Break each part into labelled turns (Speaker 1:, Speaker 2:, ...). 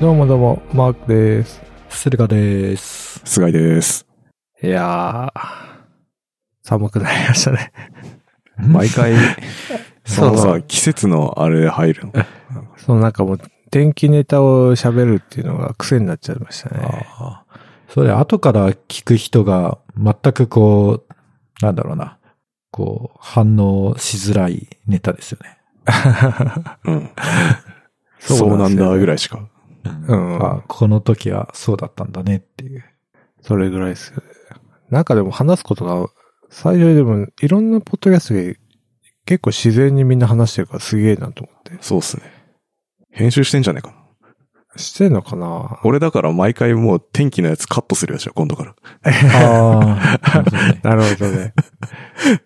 Speaker 1: どうもどうも、マークです。
Speaker 2: セルカです。
Speaker 3: 菅井です。
Speaker 1: いやー、寒くなりましたね。
Speaker 3: 毎回、その
Speaker 1: そ
Speaker 3: さ
Speaker 1: う、
Speaker 3: 季節のあれで入るの。
Speaker 1: そのなんかもう、天気ネタを喋るっていうのが癖になっちゃいましたね。
Speaker 2: ああ。それ、後から聞く人が、全くこう、なんだろうな。こう、反応しづらいネタですよね。
Speaker 3: うん。
Speaker 1: そう
Speaker 3: そう
Speaker 1: な
Speaker 3: なん
Speaker 1: で
Speaker 3: ん
Speaker 1: すよね
Speaker 3: だぐらいしか。
Speaker 1: うん
Speaker 2: あこの時はそうだったんだねっていう。
Speaker 1: それぐらいですよね。なんかでも話すことが、最初にでも、いろんなポッドキャストで結構自然にみんな話してるからすげえなと思って。
Speaker 3: そうっすね。編集してんじゃねえかな。
Speaker 1: してんのかな
Speaker 3: 俺だから毎回もう天気のやつカットするやつよ、今度から。
Speaker 2: ああ。ね、
Speaker 1: なるほどね。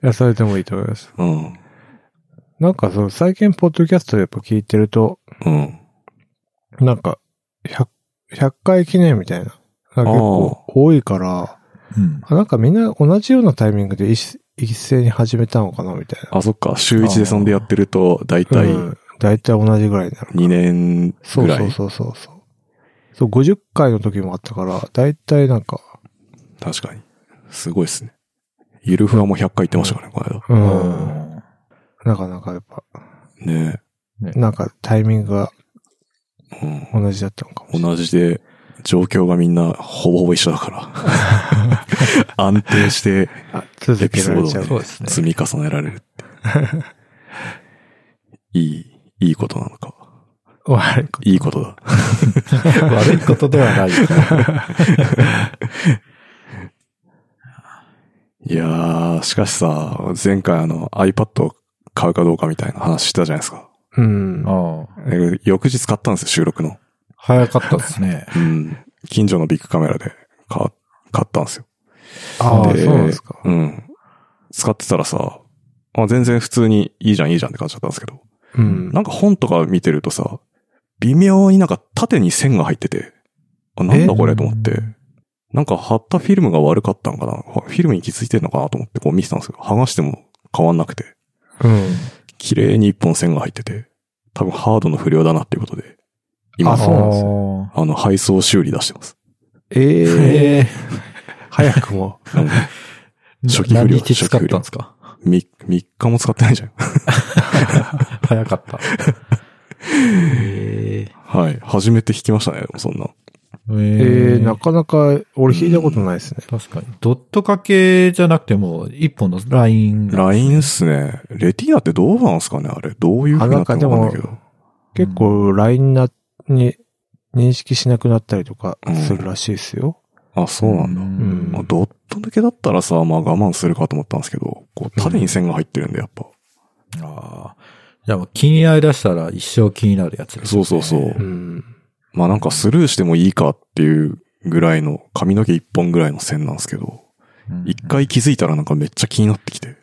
Speaker 1: いや、それでもいいと思います。
Speaker 3: うん。
Speaker 1: なんかその最近ポッドキャストでやっぱ聞いてると、
Speaker 3: うん。
Speaker 1: なんか100、100回記念みたいな。なんか結構多いから、
Speaker 2: うん。
Speaker 1: あなんかみんな同じようなタイミングで一一斉に始めたのかなみたいな。
Speaker 3: あ、そっか。週一でそんでやってると、だいたい
Speaker 1: うん
Speaker 3: 2
Speaker 1: 大体同じぐらいになる。
Speaker 3: 年
Speaker 1: そ
Speaker 3: ぐ
Speaker 1: う
Speaker 3: ら
Speaker 1: そう
Speaker 3: い。
Speaker 1: そうそうそう。そう、50回の時もあったから、大体なんか、
Speaker 3: 確かに。すごいっすね。ゆるふわも100回言ってましたからね、この間。
Speaker 1: うん。なかなかやっぱ、
Speaker 3: ね
Speaker 1: なんかタイミングが
Speaker 3: え。
Speaker 1: 同じだったのかもし
Speaker 3: う
Speaker 1: れ
Speaker 3: ん。
Speaker 1: ない。
Speaker 3: 同じで、状況がみんなほぼほぼ一緒 だから。安定して
Speaker 1: あ続けられちゃう
Speaker 3: エピソー。ド
Speaker 2: そ
Speaker 3: を
Speaker 2: うですね。
Speaker 3: 積み重ねられる って。いい、いいことなのか。
Speaker 1: 悪いこと
Speaker 3: いいことだ。
Speaker 2: 悪いこと ではない。
Speaker 3: いやー、しかしさ、前回あの iPad を買うかどうかみたいな話したじゃないですか。
Speaker 1: うん。
Speaker 2: ああ。
Speaker 3: え翌日買ったんですよ、収録の。
Speaker 2: 早かったですね。
Speaker 3: うん。近所のビッグカメラで買買ったんですよ。
Speaker 1: ああ、
Speaker 3: で
Speaker 1: そうなんですか。
Speaker 3: うん。使ってたらさ、あ全然普通にいいじゃんいいじゃんって感じだったんですけど、
Speaker 1: うん。
Speaker 3: なんか本とか見てるとさ、微妙になんか縦に線が入ってて、あ、なんだこれと思って、なんか貼ったフィルムが悪かったんかなフィルムに気づいてんのかなと思ってこう見てたんですけど、剥がしても変わんなくて、
Speaker 1: うん。
Speaker 3: 綺麗に一本線が入ってて、多分ハードの不良だなっていうことで、今、
Speaker 1: あ
Speaker 3: あ
Speaker 1: そうなんです
Speaker 3: の、配送修理出してます。
Speaker 1: え
Speaker 2: え
Speaker 1: え
Speaker 2: え
Speaker 1: 早く も。
Speaker 3: うん初期不良
Speaker 2: 何日使ったんですか
Speaker 3: み3日も使ってないじゃん。
Speaker 2: 早 かった。え
Speaker 3: はい。初めて弾きましたね、でもそんな。
Speaker 2: え
Speaker 1: ええなかなか、俺聞いたことないですね。
Speaker 2: 確かに。ドット掛けじゃなくても、一本のラインが。
Speaker 3: ラインっすね。レティーナってどうなんすかねあれ。どういう風になってるのかわかんないけど。
Speaker 1: 結構、LINE な、に、認識しなくなったりとかするらしいですよ。
Speaker 3: あ、そうなんだ。
Speaker 1: ん
Speaker 3: まあ、ドット抜けだったらさ、まあ我慢するかと思ったんですけど、こう、縦に線が入ってるんで、やっぱ。
Speaker 2: ああ。じゃあもう気になりだしたら一生気になるやつです、
Speaker 3: そうそうそう
Speaker 1: う。ん。
Speaker 3: まあなんかスルーしてもいいかっていうぐらいの、髪の毛一本ぐらいの線なんですけど、
Speaker 2: うん
Speaker 3: 一回気づいたらなんかめっちゃ気になってきて。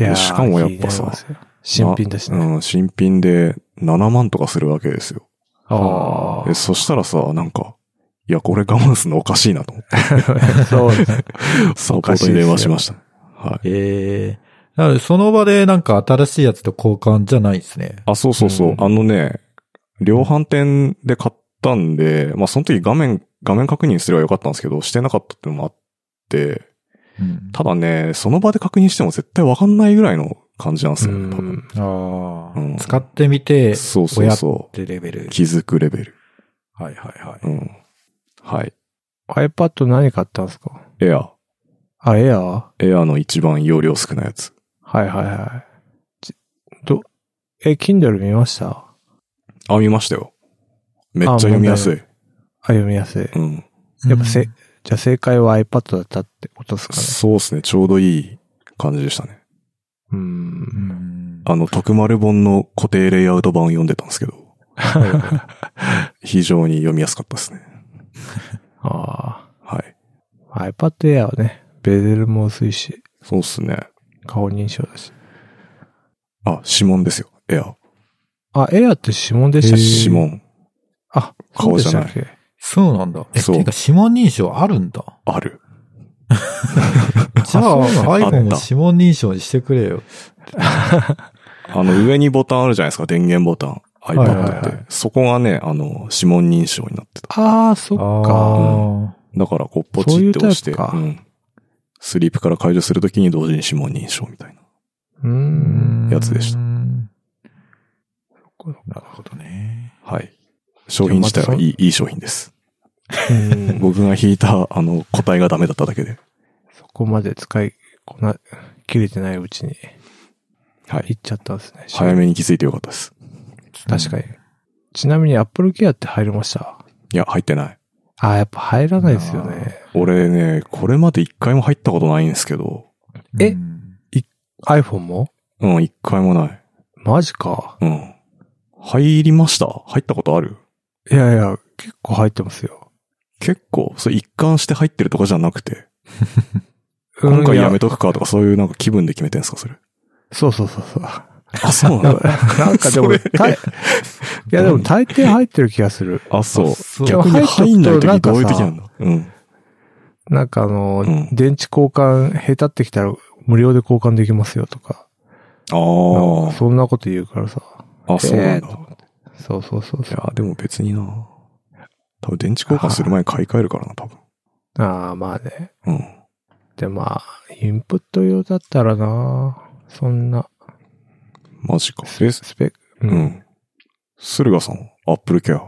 Speaker 1: いやー
Speaker 3: しかもやっぱ
Speaker 1: 気
Speaker 3: さ
Speaker 1: になりますよ新品だしね。
Speaker 3: うん、新品で7万とかするわけですよ。
Speaker 1: あ
Speaker 3: でそしたらさ、なんか、いや、これ我慢するのおかしいなと思って、
Speaker 1: あ。 そうですね。
Speaker 3: サポートに電話しました。はい。
Speaker 2: ええなので、その場でなんか新しいやつと交換じゃないですね。
Speaker 3: あ、そうそうそう。
Speaker 1: うん
Speaker 3: あのね、量販店で買ったんで、まあその時画面、画面確認すればよかったんですけど、してなかったっていうのもあって、
Speaker 2: うん
Speaker 3: ただね、その場で確認しても絶対わかんないぐらいの感じなんです
Speaker 1: う
Speaker 3: よ、ね、多分。
Speaker 1: ん。
Speaker 2: ああ、
Speaker 3: うん
Speaker 2: 使ってみて、っ
Speaker 3: そうそうそ
Speaker 2: てレベル
Speaker 3: う。。気づくレベル。
Speaker 2: はいはいはい。
Speaker 3: うん。はい。
Speaker 1: iPad 何買ったんですか
Speaker 3: エア。
Speaker 1: あ、エアーは
Speaker 3: エアの一番容量少ないやつ。
Speaker 1: いはいはい。ちど、え、Kindle 見ましたあ、
Speaker 3: あ、見ましたよ。めっちゃ読みやすい。
Speaker 1: 読みやすい。
Speaker 3: うん。
Speaker 1: やっぱせ、
Speaker 2: うん
Speaker 1: じゃあ正解は iPad だったってことですかね。
Speaker 3: そうですね。ちょうどいい感じでしたね。
Speaker 1: う。
Speaker 2: うんん
Speaker 3: あの、徳丸本の固定レイアウト版を読んでたんですけど、非常に読みやすかったですね。
Speaker 1: あ
Speaker 3: はい。
Speaker 1: あ。iPad Air はね、ベゼルも薄いし、
Speaker 3: そうっすね。
Speaker 1: 顔認証だし。
Speaker 3: あ、指紋ですよ。エア。
Speaker 1: あ、Air って指紋でしたっけ
Speaker 3: 指。紋。
Speaker 1: あ、
Speaker 3: 顔じゃない
Speaker 1: そうでしたっ
Speaker 2: そうなんだ。え、
Speaker 3: そう
Speaker 2: てか指紋認証ある んだ。
Speaker 3: ある。
Speaker 2: じゃあ、iPhone
Speaker 3: あ
Speaker 2: を
Speaker 3: った
Speaker 2: 指紋認証にしてくれよ。
Speaker 3: あの、上にボタンあるじゃないですか。電源ボタン。
Speaker 2: はいはい
Speaker 3: iPad って。そこがね、あの、指紋認証になってた。
Speaker 1: ああ、そっか。
Speaker 2: あ
Speaker 3: だから、こう、ポチって押して、
Speaker 1: そういうタイプか
Speaker 3: んスリープから解除するときに同時に指紋認証みたいな。
Speaker 1: うー
Speaker 2: ー
Speaker 1: ん。
Speaker 3: やつでした
Speaker 2: うん
Speaker 1: そっか
Speaker 2: なるほどね。
Speaker 3: はい。商品自体はいい、いい商品です。
Speaker 1: うん
Speaker 3: 僕が引いた、あの、答えがダメだっただけで。
Speaker 1: そこまで使い、こな、切れてないうちに
Speaker 3: はい。
Speaker 1: 行っちゃったんですね。
Speaker 3: 早めに気づいてよかったです。
Speaker 1: 確かに。ちなみに Apple Care って入りました
Speaker 3: いや、入ってない。
Speaker 1: ああ、やっぱ入らないですよね。
Speaker 3: 俺ね、これまで一回も入ったことないんですけど、
Speaker 2: うん。
Speaker 1: え
Speaker 2: うん、
Speaker 1: iPhone も
Speaker 3: うん、一回もない。
Speaker 1: マジか。
Speaker 3: うん。入りました入ったことある
Speaker 1: いやいや、結構入ってますよ。
Speaker 3: 結構、それ一貫して入ってるとかじゃなくて、今回やめ
Speaker 1: と。
Speaker 3: とくかとかそういうなんか気分で決めてんすか、それ。
Speaker 1: そうそうそうそう。
Speaker 3: あ、 そう
Speaker 1: な
Speaker 3: なんん
Speaker 1: か
Speaker 3: だ。
Speaker 1: なんかで
Speaker 3: そ
Speaker 1: も、
Speaker 3: れ
Speaker 1: たい いやでも大抵入ってる気がする。
Speaker 3: あ、そう。
Speaker 2: そう
Speaker 1: でも
Speaker 3: 逆に入んない時どういう時
Speaker 1: 入
Speaker 3: な
Speaker 1: っ
Speaker 3: んだうん。
Speaker 1: なんかあの、
Speaker 3: うん
Speaker 1: 電池交換、下手ってきたら無料で交換できますよとか。なんか
Speaker 3: あ
Speaker 1: そんなこと言うからさ。
Speaker 3: あ。あ、そうな
Speaker 1: えー。
Speaker 3: んだ
Speaker 1: とそうそうそう
Speaker 3: い
Speaker 1: そう。
Speaker 3: や、でも別にな。多分電池交換する前に買い替えるからな、多分。
Speaker 1: ああ、まあね。
Speaker 3: うん。
Speaker 1: で、まあ、インプット用だったらな、そんな、
Speaker 3: マジか。
Speaker 1: ス
Speaker 3: え、
Speaker 1: スペック、う
Speaker 3: う。ん。駿河さん、アップルケア。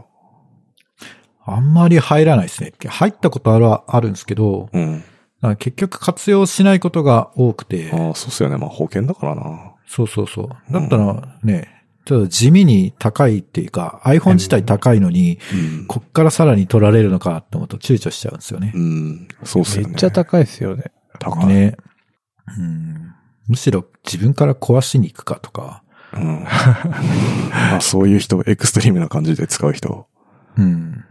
Speaker 2: あんまり入らないですね。入ったことあるはあるんですけど、
Speaker 3: うん。
Speaker 2: なんか結局活用しないことが多くて、
Speaker 3: ああ、そうっすよね。まあ保険だからな。
Speaker 2: そうそうそう。だったらね、ちょっと地味に高いっていうか、iPhone 自体高いのに、
Speaker 3: うん。
Speaker 2: こっからさらに取られるのかと思うと躊躇しちゃうんですよね
Speaker 3: う。ん。そうっすよね。
Speaker 1: めっちゃ高いですよね。
Speaker 3: 高い。
Speaker 2: ね。うん。むしろ自分から壊しに行くかとか、
Speaker 3: うん。あ、そういう人、エクストリームな感じで使う人。
Speaker 2: うん。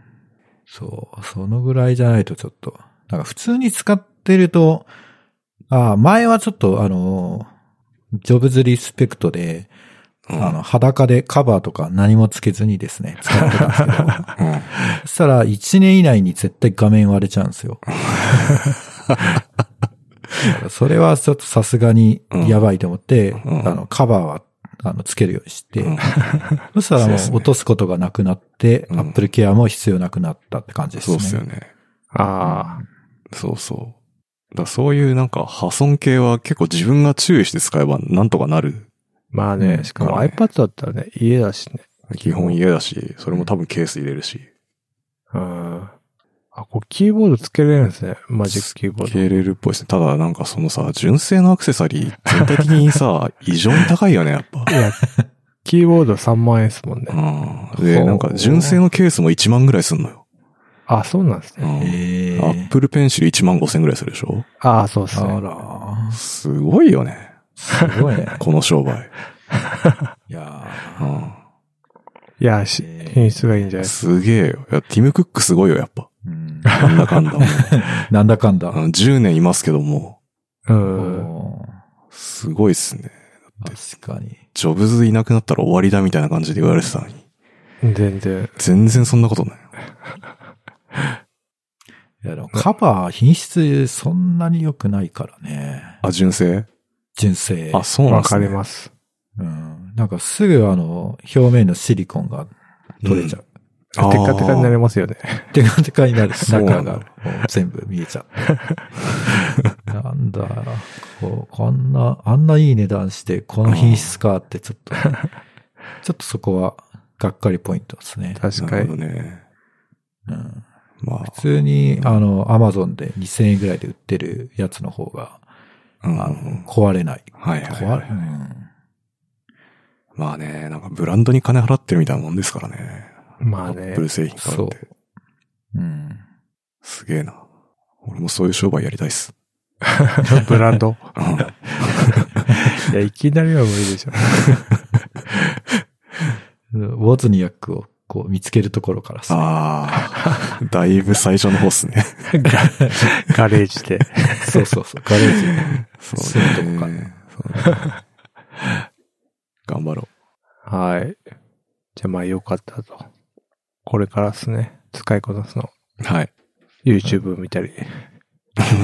Speaker 2: そう、そのぐらいじゃないとちょっと。なんか普通に使ってると、ああ、前はちょっとあの、ジョブズリスペクトで、
Speaker 3: うん
Speaker 2: あの、裸でカバーとか何もつけずにですね、使っ てたんですけど、
Speaker 3: うん。
Speaker 2: そしたら1年以内に絶対画面割れちゃうん ですよ。だからそれはちょっとさすがにやばいと思って、
Speaker 3: うん
Speaker 2: あの、カバーは、あの、つけるようにして、
Speaker 3: うん
Speaker 2: そしたら
Speaker 3: そう
Speaker 2: も
Speaker 3: で
Speaker 2: う
Speaker 3: すね
Speaker 2: 落とすことがなくなって、
Speaker 3: うん
Speaker 2: アップルケアも必要なくなったって感じです
Speaker 3: そう
Speaker 2: ね。
Speaker 3: っすよね。
Speaker 1: あ
Speaker 3: そうそう。だそういうなんか破損系は結構自分が注意して使えばなんとかなる。
Speaker 1: あ、まあ
Speaker 2: う
Speaker 1: ね、
Speaker 2: ん
Speaker 1: しかも
Speaker 3: まあね
Speaker 1: iPad だったらね、家だしね。
Speaker 3: 基本家だし、それも多分ケース入れるし。
Speaker 1: うん。あ、これキーボードつけれるんですね。マジックキーボード。
Speaker 3: ケーレルっぽいですね。ただなんかそのさ、純正のアクセサリー全体的に さ、異常に高いよね、やっぱ。
Speaker 1: いや、 キーボード3万円ですもんね。
Speaker 3: うん。で、
Speaker 2: ほう
Speaker 3: なんか純正のケースも1万ぐらいすんのよ。
Speaker 1: あ、そうなんです
Speaker 3: う
Speaker 1: ね。
Speaker 3: ん。
Speaker 2: ええ
Speaker 3: アップルペンシル1万5千ぐらいするでしょ
Speaker 1: ああ、そうです
Speaker 2: あ
Speaker 1: ね。
Speaker 2: ら、
Speaker 3: すごいよね。
Speaker 2: すごいね。
Speaker 3: この商売。
Speaker 2: いや
Speaker 3: う
Speaker 2: ー
Speaker 3: ん。
Speaker 1: いや、し
Speaker 2: えー
Speaker 1: 品質がいいんじゃないです
Speaker 3: すげえよ。いや、ティム・クックすごいよ、やっぱ。
Speaker 2: うん
Speaker 3: なんだかん だもう。
Speaker 2: なんだかんだ。
Speaker 3: うん10年いますけども、
Speaker 1: か。う
Speaker 2: お
Speaker 1: ん。
Speaker 2: ー
Speaker 3: すごいっすね。
Speaker 2: 確かに。
Speaker 3: ジョブズいなくなったら終わりだみたいな感じで言われてたのに。
Speaker 1: 全然。
Speaker 3: 全然そんなことない。
Speaker 2: いやでもカバー品質そんなに良くないからね。
Speaker 3: あ、純正
Speaker 2: 純正。
Speaker 3: あ、そうなん
Speaker 1: わ
Speaker 3: ですね
Speaker 1: かります。
Speaker 2: うん。なんかすぐあの、表面のシリコンが取れちゃう。
Speaker 1: テカテカになりますよね。
Speaker 2: テカテカになる。
Speaker 3: そうな
Speaker 2: 中
Speaker 3: んだ
Speaker 2: がもう全部見えちゃう。 なんだ、こう、こんな、あんないい値段して、この品質かってちょっとね、ちょっとそこは、がっかりポイントですね。
Speaker 1: 確
Speaker 3: な
Speaker 1: か
Speaker 3: る
Speaker 1: に
Speaker 3: ほ。どね。
Speaker 2: うん、
Speaker 3: ま
Speaker 2: 普通に、あの、アマゾンで2000円ぐらいで売ってるやつの方が、
Speaker 3: あ、うん
Speaker 2: あの、壊れない。
Speaker 3: はいはい
Speaker 2: 壊
Speaker 3: は
Speaker 2: れ、
Speaker 3: い。
Speaker 2: うん、
Speaker 3: まあね、なんかブランドに金払ってるみたいなもんですからね。
Speaker 1: まあ
Speaker 3: アッ
Speaker 1: ね
Speaker 3: プ。ル製品買うって
Speaker 2: そ。うん。
Speaker 3: すげえな。俺もそういう商売やりたいっす。
Speaker 1: ブランド。
Speaker 3: うん
Speaker 1: いや、いきなりは無理でしょ。
Speaker 2: ウォズニアックをこう見つけるところからさ、
Speaker 3: ああ、だいぶ最初の方っすね。
Speaker 1: ガレージで。
Speaker 2: そうそうそう、ガレージに
Speaker 3: そうね
Speaker 2: そういうとこか
Speaker 3: そうね頑張ろ
Speaker 1: はい。じゃあまあよかったと。これからですね。使いこなすの。
Speaker 3: う。はい。
Speaker 1: YouTube 見たり。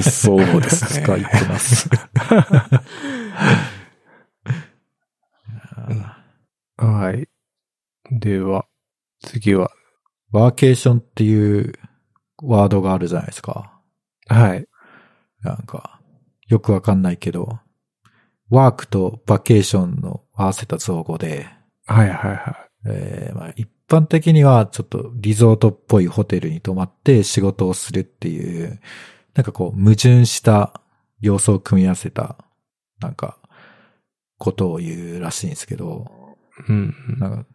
Speaker 3: そうですね。
Speaker 2: 使いこなす。
Speaker 1: はい。では、次は、
Speaker 2: ワーケーションっていうワードがあるじゃないですか。
Speaker 1: はい。
Speaker 2: なんか、よくわかんないけど、ワークとバケーションの合わせた造語で、
Speaker 1: はいはいは
Speaker 2: えーまあ、一般的にはちょっとリゾートっぽいホテルに泊まって仕事をするっていう、なんかこう矛盾した要素を組み合わせた、なんか、ことを言うらしいんですけど、
Speaker 1: い。うん
Speaker 2: なんか、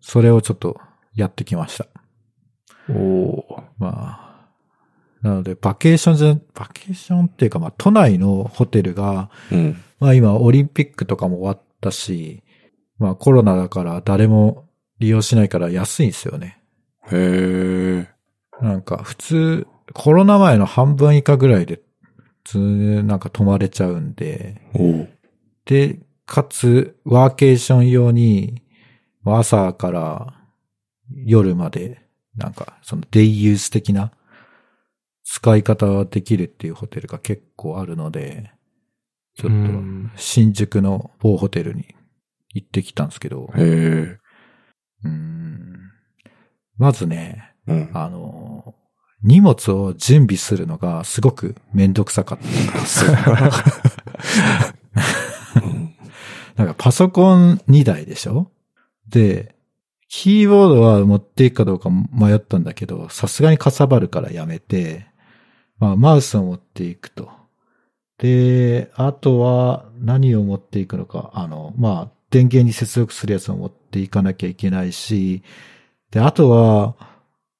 Speaker 2: それをちょっとやってきました。
Speaker 1: うん。お
Speaker 2: まあ、なので、バケーションじゃ、バケーションっていうか、まあ、都内のホテルが、
Speaker 3: うん。
Speaker 2: まあ今オリンピックとかも終わったし、まあコロナだから誰も利用しないから安いんですよね。
Speaker 3: へえ。
Speaker 2: なんか普通、コロナ前の半分以下ぐらいで、普通なんか泊まれちゃうんで、
Speaker 3: おう
Speaker 2: で、かつワーケーション用に、まあ朝から夜まで、なんかそのデイユース的な使い方ができるっていうホテルが結構あるので、ちょっと
Speaker 1: うん
Speaker 2: 新宿の某ホテルに行ってきたんですけど、
Speaker 3: へえ。
Speaker 2: うーんまずね、
Speaker 3: うん。
Speaker 2: あの、荷物を準備するのがすごくめんどくさかった。
Speaker 3: うん
Speaker 2: なんかパソコン2台でしょで、キーボードは持っていくかどうか迷ったんだけど、さすがにかさばるからやめて、まあ、マウスを持っていくと。で、あとは何を持っていくのか、あの、まあ、電源に接続するやつを持っていかなきゃいけないし、で、あとは、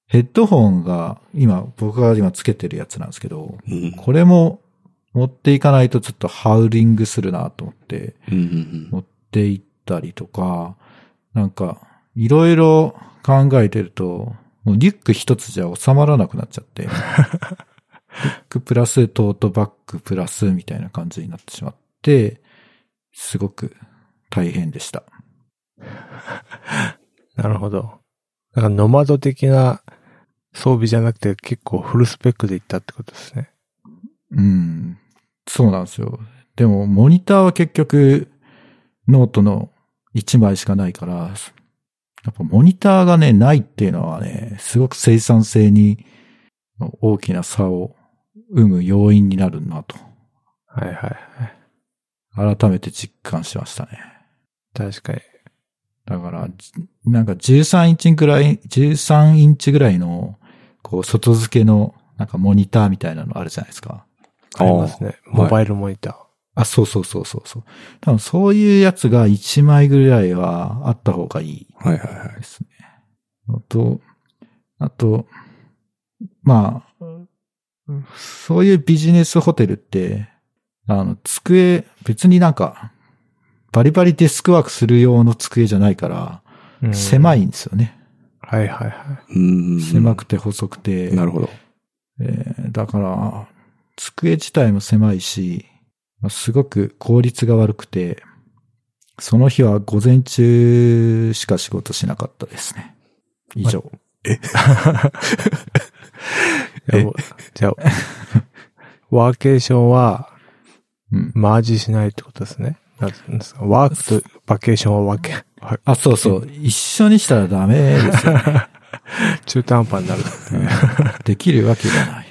Speaker 2: ヘッドホンが、今、僕が今つけてるやつなんですけど、
Speaker 3: うん
Speaker 2: これも持っていかないとちょっとハウリングするなと思って、
Speaker 3: うん
Speaker 2: 持って行ったりとか、なんか、いろいろ考えてると、もうリュック一つじゃ収まらなくなっち ゃって、リュックプラストートバッグプラスみたいな感じになってしまって、すごく大変でした。
Speaker 1: なるほど。なんかノマド的な装備じゃなくて結構フルスペックで行ったってことですね。
Speaker 2: うん。そうなんですよ。でも、モニターは結局、ノートの1枚しかないから、やっぱモニターがね、ないっていうのはね、すごく生産性に大きな差を生む要因になるなと、
Speaker 1: はいはいはい。
Speaker 2: 改めて実感しましたね。
Speaker 1: 確かに。
Speaker 2: だから、じなんか13インチぐらい、13インチぐらいの、こう、外付けの、なんかモニターみたいなのあるじゃないですか。
Speaker 1: ありますね。
Speaker 3: あーはい
Speaker 1: モバイルモニター。
Speaker 2: あ、そうそうそうそうそう。多分そういうやつが1枚ぐらいはあった方がいい
Speaker 3: はいはいはい。
Speaker 2: ですね。あと、あと、まあ、そういうビジネスホテルって、あの、机、別になんか、バリバリデスクワークする用の机じゃないから、
Speaker 1: うん
Speaker 2: 狭。いんですよね。
Speaker 1: はいはいは
Speaker 3: うん
Speaker 2: 狭くて細くて。
Speaker 3: なるほど。
Speaker 2: えーだから、机自体も狭いし、まあすごく効率が悪くて、その日は午前中しか仕事しなかったですね。以上。
Speaker 1: い。でもじゃあ、 ワーケーションは
Speaker 2: うん。
Speaker 1: マージしないってことですね。なんて言うんですか。ワークとバケーションは分け、 は
Speaker 2: あ、そうそう。一緒にしたらダメですよ。
Speaker 1: 中途半端になる。
Speaker 2: できるわけがない。っ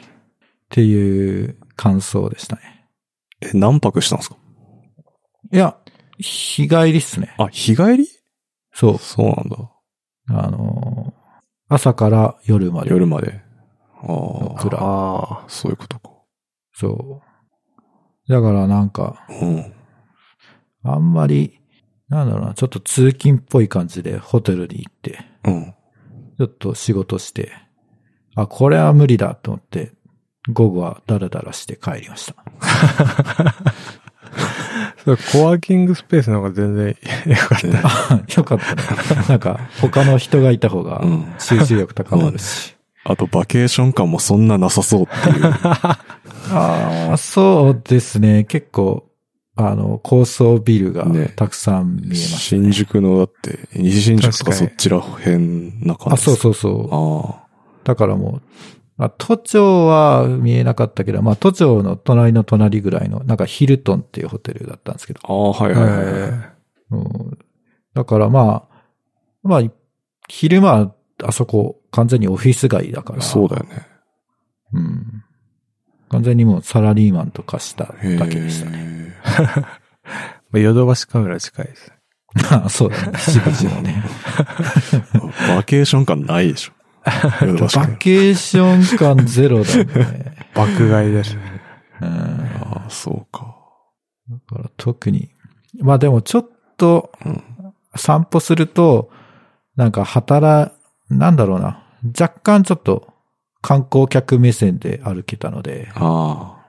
Speaker 2: ていう感想でしたね。
Speaker 3: え、何泊したんですか
Speaker 2: いや、日帰りっすね。
Speaker 3: あ、日帰り
Speaker 2: そう。
Speaker 3: そうなんだ。
Speaker 2: あのー朝から夜まで。
Speaker 3: 夜まで。
Speaker 2: の
Speaker 3: あ
Speaker 2: くらい。
Speaker 1: ああ。
Speaker 3: あ、そういうことか。
Speaker 2: そう。だからなんか、
Speaker 3: うん。
Speaker 2: あんまり、なんだろうな、ちょっと通勤っぽい感じでホテルに行って、
Speaker 3: うん。
Speaker 2: ちょっと仕事して、あ、これは無理だと思って、午後はダラダラして帰りました。
Speaker 1: それコワーキングスペースの方が全然良かった。
Speaker 2: よ かったね。なんか、他の人がいた方が
Speaker 3: うん、
Speaker 2: 集中力高ま るし。
Speaker 3: あと、バケーション感もそんななさそうって いう。
Speaker 2: ああ、そうですね。結構、あの、高層ビルが
Speaker 3: ね
Speaker 2: たくさん見えます。
Speaker 3: 新宿の、だって、西新宿と
Speaker 1: 確
Speaker 3: か
Speaker 1: か
Speaker 3: そ
Speaker 1: に
Speaker 3: っちら辺な感じ。
Speaker 2: あ、そう
Speaker 3: う。
Speaker 2: そうそう。
Speaker 3: あ
Speaker 2: だからもう、あ都庁は見えなかったけど、まあ都庁の隣の隣ぐらいの、なんかヒルトンっていうホテルだったんですけど、
Speaker 3: あ。ああ、はい
Speaker 1: え
Speaker 3: はいはい。
Speaker 1: ー
Speaker 2: うんだからまあ、まあ一昼間、あそこ、完全にオフィス街だから。
Speaker 3: そうだよね。
Speaker 2: うん。完全にもうサラリーマンとかした
Speaker 3: へー
Speaker 2: だけでしたね。
Speaker 1: まあヨドバシカメラ近いです。
Speaker 2: あそうだ ね。渋谷のね。
Speaker 3: バケーション感ないで しょ。ヨドバシカ
Speaker 2: バ
Speaker 3: メラ
Speaker 2: ケーション感ゼロ だね。
Speaker 1: 爆買いですね。
Speaker 2: うん。
Speaker 3: ああ、そうか。
Speaker 2: だから特に。まあでもちょっと
Speaker 3: うん。
Speaker 2: 散歩すると、なんか働、なんだろうな。若干ちょっと観光客目線で歩けたので、
Speaker 3: あ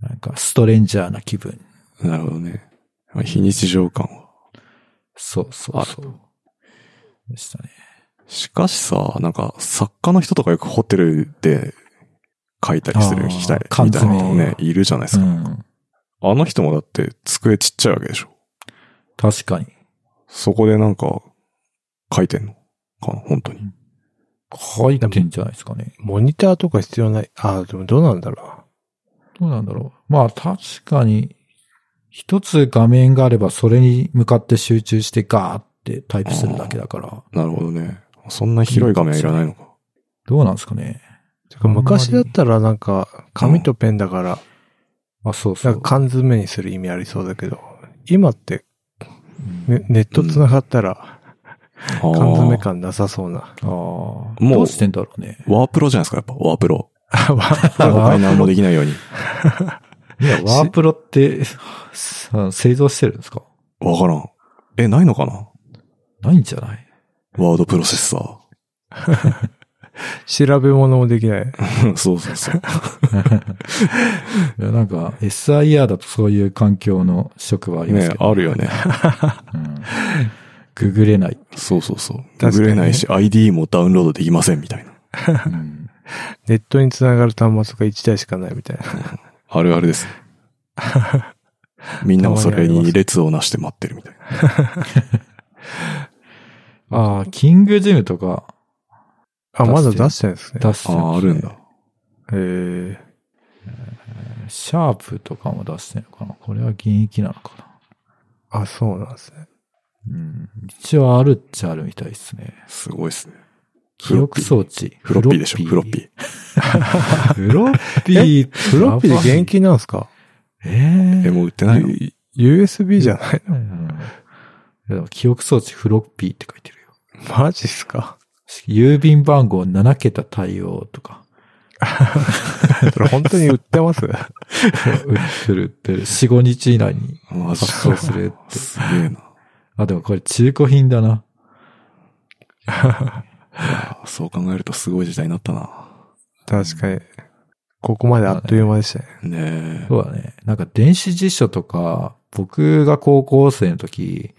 Speaker 2: なんかストレンジャーな気分。
Speaker 3: あ、なるほどね。まあ非日常感は。
Speaker 2: そうそうそう。でしたね。
Speaker 3: しかしさ、なんか、作家の人とかよくホテルで書いたりする、
Speaker 2: あー
Speaker 3: 聞いたり、
Speaker 2: 缶
Speaker 3: みたい
Speaker 2: 詰
Speaker 3: な人もね、いるじゃないで
Speaker 2: う
Speaker 3: すか。
Speaker 2: ん。
Speaker 3: あの人もだって、机ちっちゃいわけでしょ。
Speaker 2: 確かに。
Speaker 3: そこでなんか、書いてんのかな、本当に。
Speaker 2: 書いてんじゃないですかね。
Speaker 1: モニターとか必要ない。ああ、でもどうなんだろ
Speaker 2: どうなんだろう。まあ確かに、一つ画面があればそれに向かって集中してガーってタイプするだけだから、
Speaker 3: なるほどね。そんな広い画面はいらないのか。
Speaker 2: どうなんですかね。
Speaker 1: う。てか昔だったらなんか、紙とペンだから、
Speaker 2: あ、そうそ
Speaker 1: なん
Speaker 2: う
Speaker 1: か。缶詰にする意味ありそうだけど、今って、
Speaker 2: うん
Speaker 1: ね、ネット繋がったら、
Speaker 3: あー
Speaker 1: 缶詰感なさそうな。
Speaker 2: ああ。も
Speaker 3: う
Speaker 2: う。どうしてんだろうね。
Speaker 3: ワープロじゃないですか、やっぱ、ワープ ロ。 他
Speaker 2: ワ
Speaker 3: に何もできないように。
Speaker 2: いや、ワープロって、さ製造してるんですか
Speaker 3: わからん。え、ないのかな
Speaker 2: ないんじゃない
Speaker 3: ワードプロセッサー。
Speaker 1: 調べ物もできない。
Speaker 3: うん そうそうそう。
Speaker 2: いやなんか、SIR だとそういう環境の職場ありま
Speaker 3: ね
Speaker 2: すけ、ど。
Speaker 3: あるよね。
Speaker 2: うんググれない。
Speaker 3: そうそうそう。
Speaker 1: 確かにね
Speaker 3: グれないし、ID もダウンロードできませんみたいな。
Speaker 2: うん
Speaker 1: ネットに繋がる端末が1台しかないみたいな。
Speaker 3: あるある です。みんなもそれに列をなして待ってるみたいな。
Speaker 2: ああ、キングジムとか
Speaker 1: あ、まだ出してないですね。
Speaker 2: 出してますね
Speaker 3: ああ、あるんだ。。
Speaker 1: えー、
Speaker 2: シャープとかも出してるのかなこれは現役なのかな
Speaker 1: あ、そうなんですね。
Speaker 2: うん。一応あるっちゃあるみたいですね。
Speaker 3: すごいですね。
Speaker 2: 記憶装置。
Speaker 3: フロッピーでしょ、フロッピ
Speaker 2: ー。フロッピー。
Speaker 1: フロッピーで現金なんですか
Speaker 2: え
Speaker 3: ー。え、
Speaker 2: え
Speaker 3: もう売ってないの
Speaker 1: ?USB じゃ ない
Speaker 2: うんいやでも記憶装置フロッピーって書いてるよ。
Speaker 1: マジっすか
Speaker 2: 郵便番号7桁対応とか。
Speaker 1: それ本当に売ってます
Speaker 2: 売ってる売ってる。4、5日以内に
Speaker 3: マジ
Speaker 2: 発送するって。
Speaker 3: すげえな。
Speaker 2: あ、でもこれ中古品だな。
Speaker 3: あそう考えるとすごい時代になったな。
Speaker 1: 確かに。ここまであっという間でしたね。
Speaker 3: ねえ。
Speaker 2: そうだね。なんか電子辞書とか、僕が高校生の時、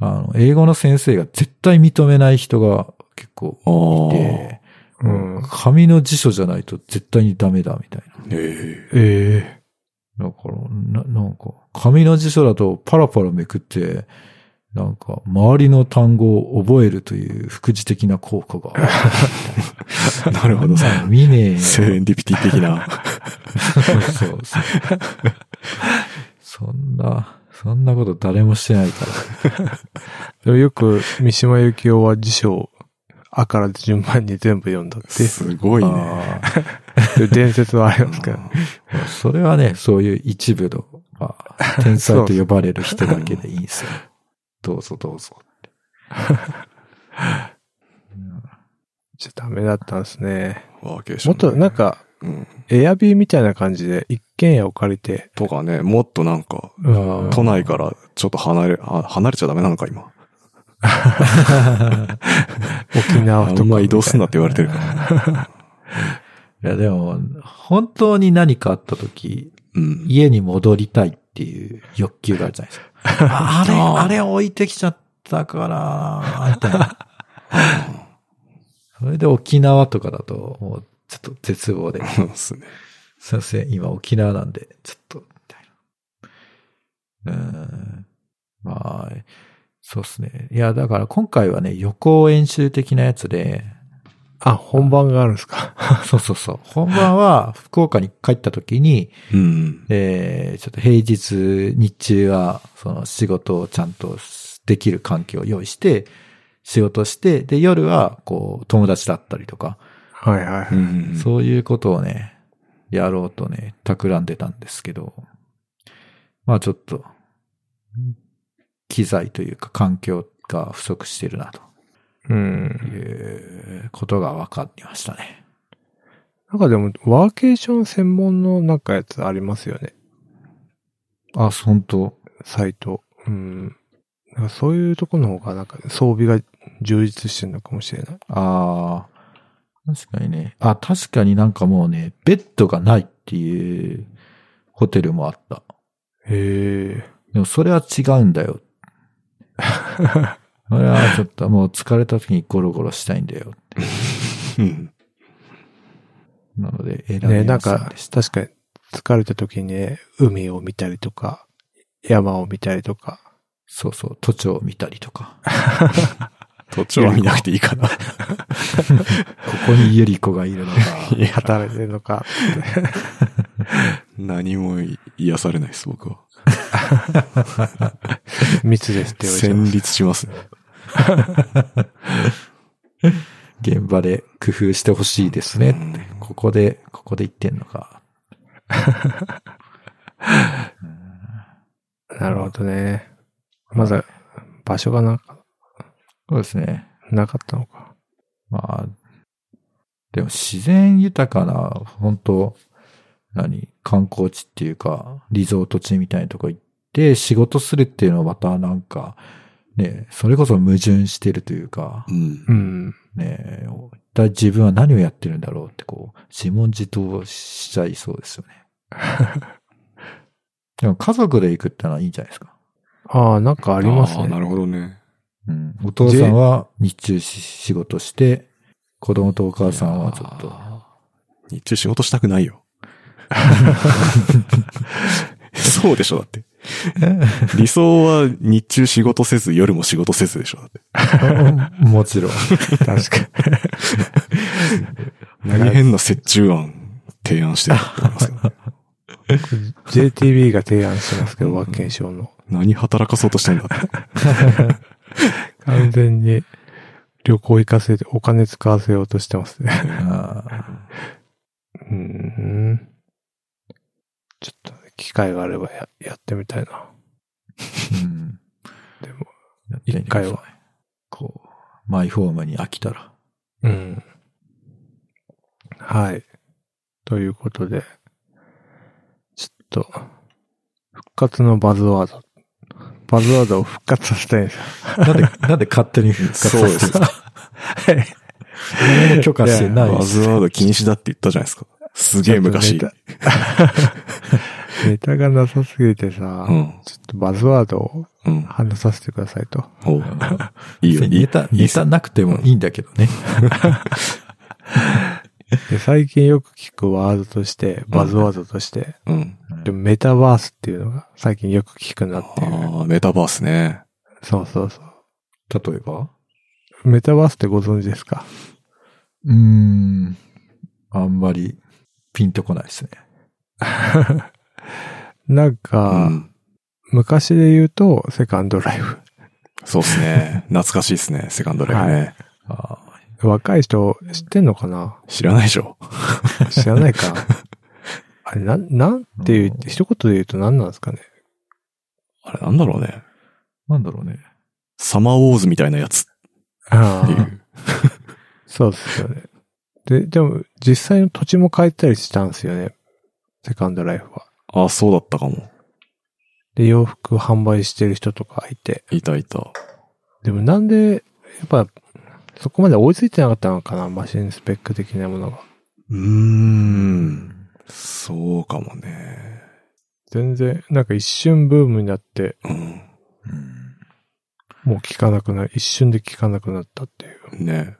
Speaker 2: あの、英語の先生が絶対認めない人が結構
Speaker 3: あ
Speaker 2: い
Speaker 3: あ。
Speaker 2: て、
Speaker 1: うん。
Speaker 2: 紙の辞書じゃないと絶対にダメだみたいな。
Speaker 3: え
Speaker 1: え
Speaker 2: だから、な、なんか、紙の辞書だとパラパラめくって、なんか、周りの単語を覚えるという副次的な効果が ある。
Speaker 3: え なるほどさ。
Speaker 2: 見ねえよ。
Speaker 3: セレンディピティ的な。
Speaker 2: そうそうそう。そんな、そんなこと誰もしてないから。
Speaker 1: えでもよく、三島由紀夫は辞書を、あから順番に全部読んだって
Speaker 3: すごいね。
Speaker 2: あ
Speaker 1: いう伝説はありますけど。
Speaker 2: ーそれはね、そういう一部の、まあ、天才と呼ばれる人だけでいいんですよ。どうぞどうぞ。
Speaker 1: じゃダメだったんですね。
Speaker 3: ワーケーショ
Speaker 1: も
Speaker 3: ン。
Speaker 1: っと、なんか、
Speaker 3: うん。
Speaker 1: エアビーみたいな感じで、一軒家を借りて、
Speaker 3: とかね、もっとなんか、
Speaker 1: うん
Speaker 3: 都内からちょっと離れ、あ離れちゃダメなのか、今。
Speaker 1: 沖縄と
Speaker 3: あ
Speaker 1: か。
Speaker 3: んま移動すんなって言われてるから。
Speaker 2: いやでも、本当に何かあった時、
Speaker 3: うん。
Speaker 2: 家に戻りたいっていう欲求があるじゃないですか。
Speaker 3: あ
Speaker 2: あ
Speaker 3: ー
Speaker 2: あれ、あれ置いてきちゃったから、みたいな。それで沖縄とかだと、もうちょっと絶望で。
Speaker 3: そうですね。
Speaker 2: すいません、今沖縄なんで、ちょっと、みたいな。うーん。まあ、そうっすね。いや、だから今回はね、予行演習的なやつで、
Speaker 1: あ、本番があるんですか。
Speaker 2: そうそうそう。本番は福岡に帰った時に、
Speaker 3: うん。
Speaker 2: えー、ちょっと平日、日中は、その仕事をちゃんとできる環境を用意して、仕事して、で、夜は、こう、友達だったりとか、
Speaker 1: はいはい。
Speaker 3: うん
Speaker 2: そういうことをね、やろうとね、企んでたんですけど、まあちょっと、機材というか環境が不足してるな
Speaker 1: うん
Speaker 2: と。いうことが分かりましたね。
Speaker 1: なんかでも、ワーケーション専門のなんかやつありますよね。
Speaker 2: あ、本当
Speaker 1: サイト。うん。なんかそういうとこの方が、なんか装備が充実してるのかもしれない。
Speaker 2: ああ、確かにね。あ、確かになんかもうね、ベッドがないっていうホテルもあった。
Speaker 1: へえ。
Speaker 2: でもそれは違うん だよ。それはちょっともう疲れた時にゴロゴロしたいんだよ。
Speaker 3: うん
Speaker 2: なので選び
Speaker 1: ね、なん
Speaker 2: ません
Speaker 1: か
Speaker 2: でし、た。
Speaker 1: 確かに疲れた時にね、海を見たりとか、山を見たりとか。
Speaker 2: そうそう、都庁を見たりとか。こ
Speaker 3: 途中は見なくていいかな。
Speaker 2: こにゆり子がい るのが。
Speaker 1: 働いてるのか。
Speaker 3: 何も癒されないです、僕は。
Speaker 1: 密ですって言 われちゃいま
Speaker 3: 戦
Speaker 1: す
Speaker 3: 慄しますね。
Speaker 2: 現場で工夫してほしいですねって
Speaker 3: うん
Speaker 2: ここで、ここで言ってんのか。
Speaker 1: なるほどね。まだ場所がな
Speaker 2: そうですね。
Speaker 1: なかったのか。
Speaker 2: まあ、でも自然豊かな、本当何、観光地っていうか、リゾート地みたいなとこ行って仕事するっていうのはまたなんか、ね、それこそ矛盾してるというか
Speaker 3: う、ん
Speaker 1: う。ん。
Speaker 2: ね、一体自分は何をやってるんだろうってこう、自問自答しちゃいそうですよね。でも家族で行くってのはいいんじゃないですか。
Speaker 1: ああ、なんかあ
Speaker 3: あ
Speaker 1: ります
Speaker 3: ーな
Speaker 1: ね。
Speaker 3: るほどね。
Speaker 2: うん。お父さんは日中し仕事して、子供とお母さんはちょっ
Speaker 3: い
Speaker 2: と
Speaker 3: やー日中仕事したくないよ。そうでしょ、だって。理想は日中仕事せず、夜も仕事せずでしょ、だって。
Speaker 2: うんもちろん。
Speaker 1: 確か
Speaker 3: 何変な折衷案提案してると思いますけど。
Speaker 1: に。JTB が提案してますけ
Speaker 3: う
Speaker 1: ど、
Speaker 3: ん
Speaker 1: 和ン賞の。
Speaker 3: 何働かそうとしてんだって。
Speaker 1: 完全に旅行行かせてお金使わせようとしてますね。
Speaker 2: あ
Speaker 1: うん。ちょっとね機会があればややってみたいな。
Speaker 2: ーうん。
Speaker 1: でも、
Speaker 2: やってみてください
Speaker 1: 一回は。
Speaker 2: こう、マイホームに飽きたら。
Speaker 1: うん。はい。ということで、ちょっと、復活のバズワード。バズワードを復活させたいんですよ。
Speaker 2: なんで、 なんで勝手に復活させてるんですか何も許可して ない
Speaker 3: バズワード禁止だって言ったじゃないですか。すげえ昔。
Speaker 1: ちょっ ネタがなさすぎてさ、
Speaker 3: うん。
Speaker 1: ちょっとバズワードを
Speaker 3: うん。
Speaker 1: 話させてくださいと。
Speaker 3: おういいよ、
Speaker 2: 別
Speaker 3: い
Speaker 2: に
Speaker 3: い
Speaker 2: ネ。タ、ネタなくてもいいんだけどね。
Speaker 1: で最近よく聞くワードとして、バズワードとして、
Speaker 3: うん。
Speaker 1: でもメタバースっていうのが最近よく聞くなっていう。
Speaker 3: ああ、メタバースね。
Speaker 1: そうそうそ
Speaker 2: 例えば
Speaker 1: う。メタバースってご存知ですか
Speaker 2: うーん。あんまりピンとこないですね。
Speaker 1: なん
Speaker 3: う
Speaker 1: か、
Speaker 3: ん。
Speaker 1: 昔で言うと、セカンドライフ。
Speaker 3: そうですね。懐かしいですね、セカンドライフね。
Speaker 2: あ
Speaker 1: 若い人知ってんのかな
Speaker 3: 知らないでしょ。
Speaker 1: 知らない か。あれ、なん、なんていう
Speaker 2: う、ん
Speaker 1: 一言で言うと何なんですかね。
Speaker 3: あれなんだろうね。
Speaker 2: ーなんだろうね。
Speaker 3: サマーウォーズみたいなやつっ
Speaker 1: あ
Speaker 3: てい
Speaker 1: あ、
Speaker 3: う。
Speaker 1: そうですよね。で、でも、実際の土地も変えたりしたんですよね。セカンドライフは。
Speaker 3: ああ、そうだったかも。
Speaker 1: で、洋服販売してる人とかいて。
Speaker 3: いたいた。
Speaker 1: でもなんで、やっぱ、そこまで追いついてなかったのかな、マシンスペック的なものが。
Speaker 3: うーん。そうかもね。
Speaker 1: 全然、なんか一瞬ブームになって、
Speaker 3: うん。
Speaker 2: うん。
Speaker 1: もう聞かなくなる、一瞬で聞かなくなったっていう。
Speaker 3: ね。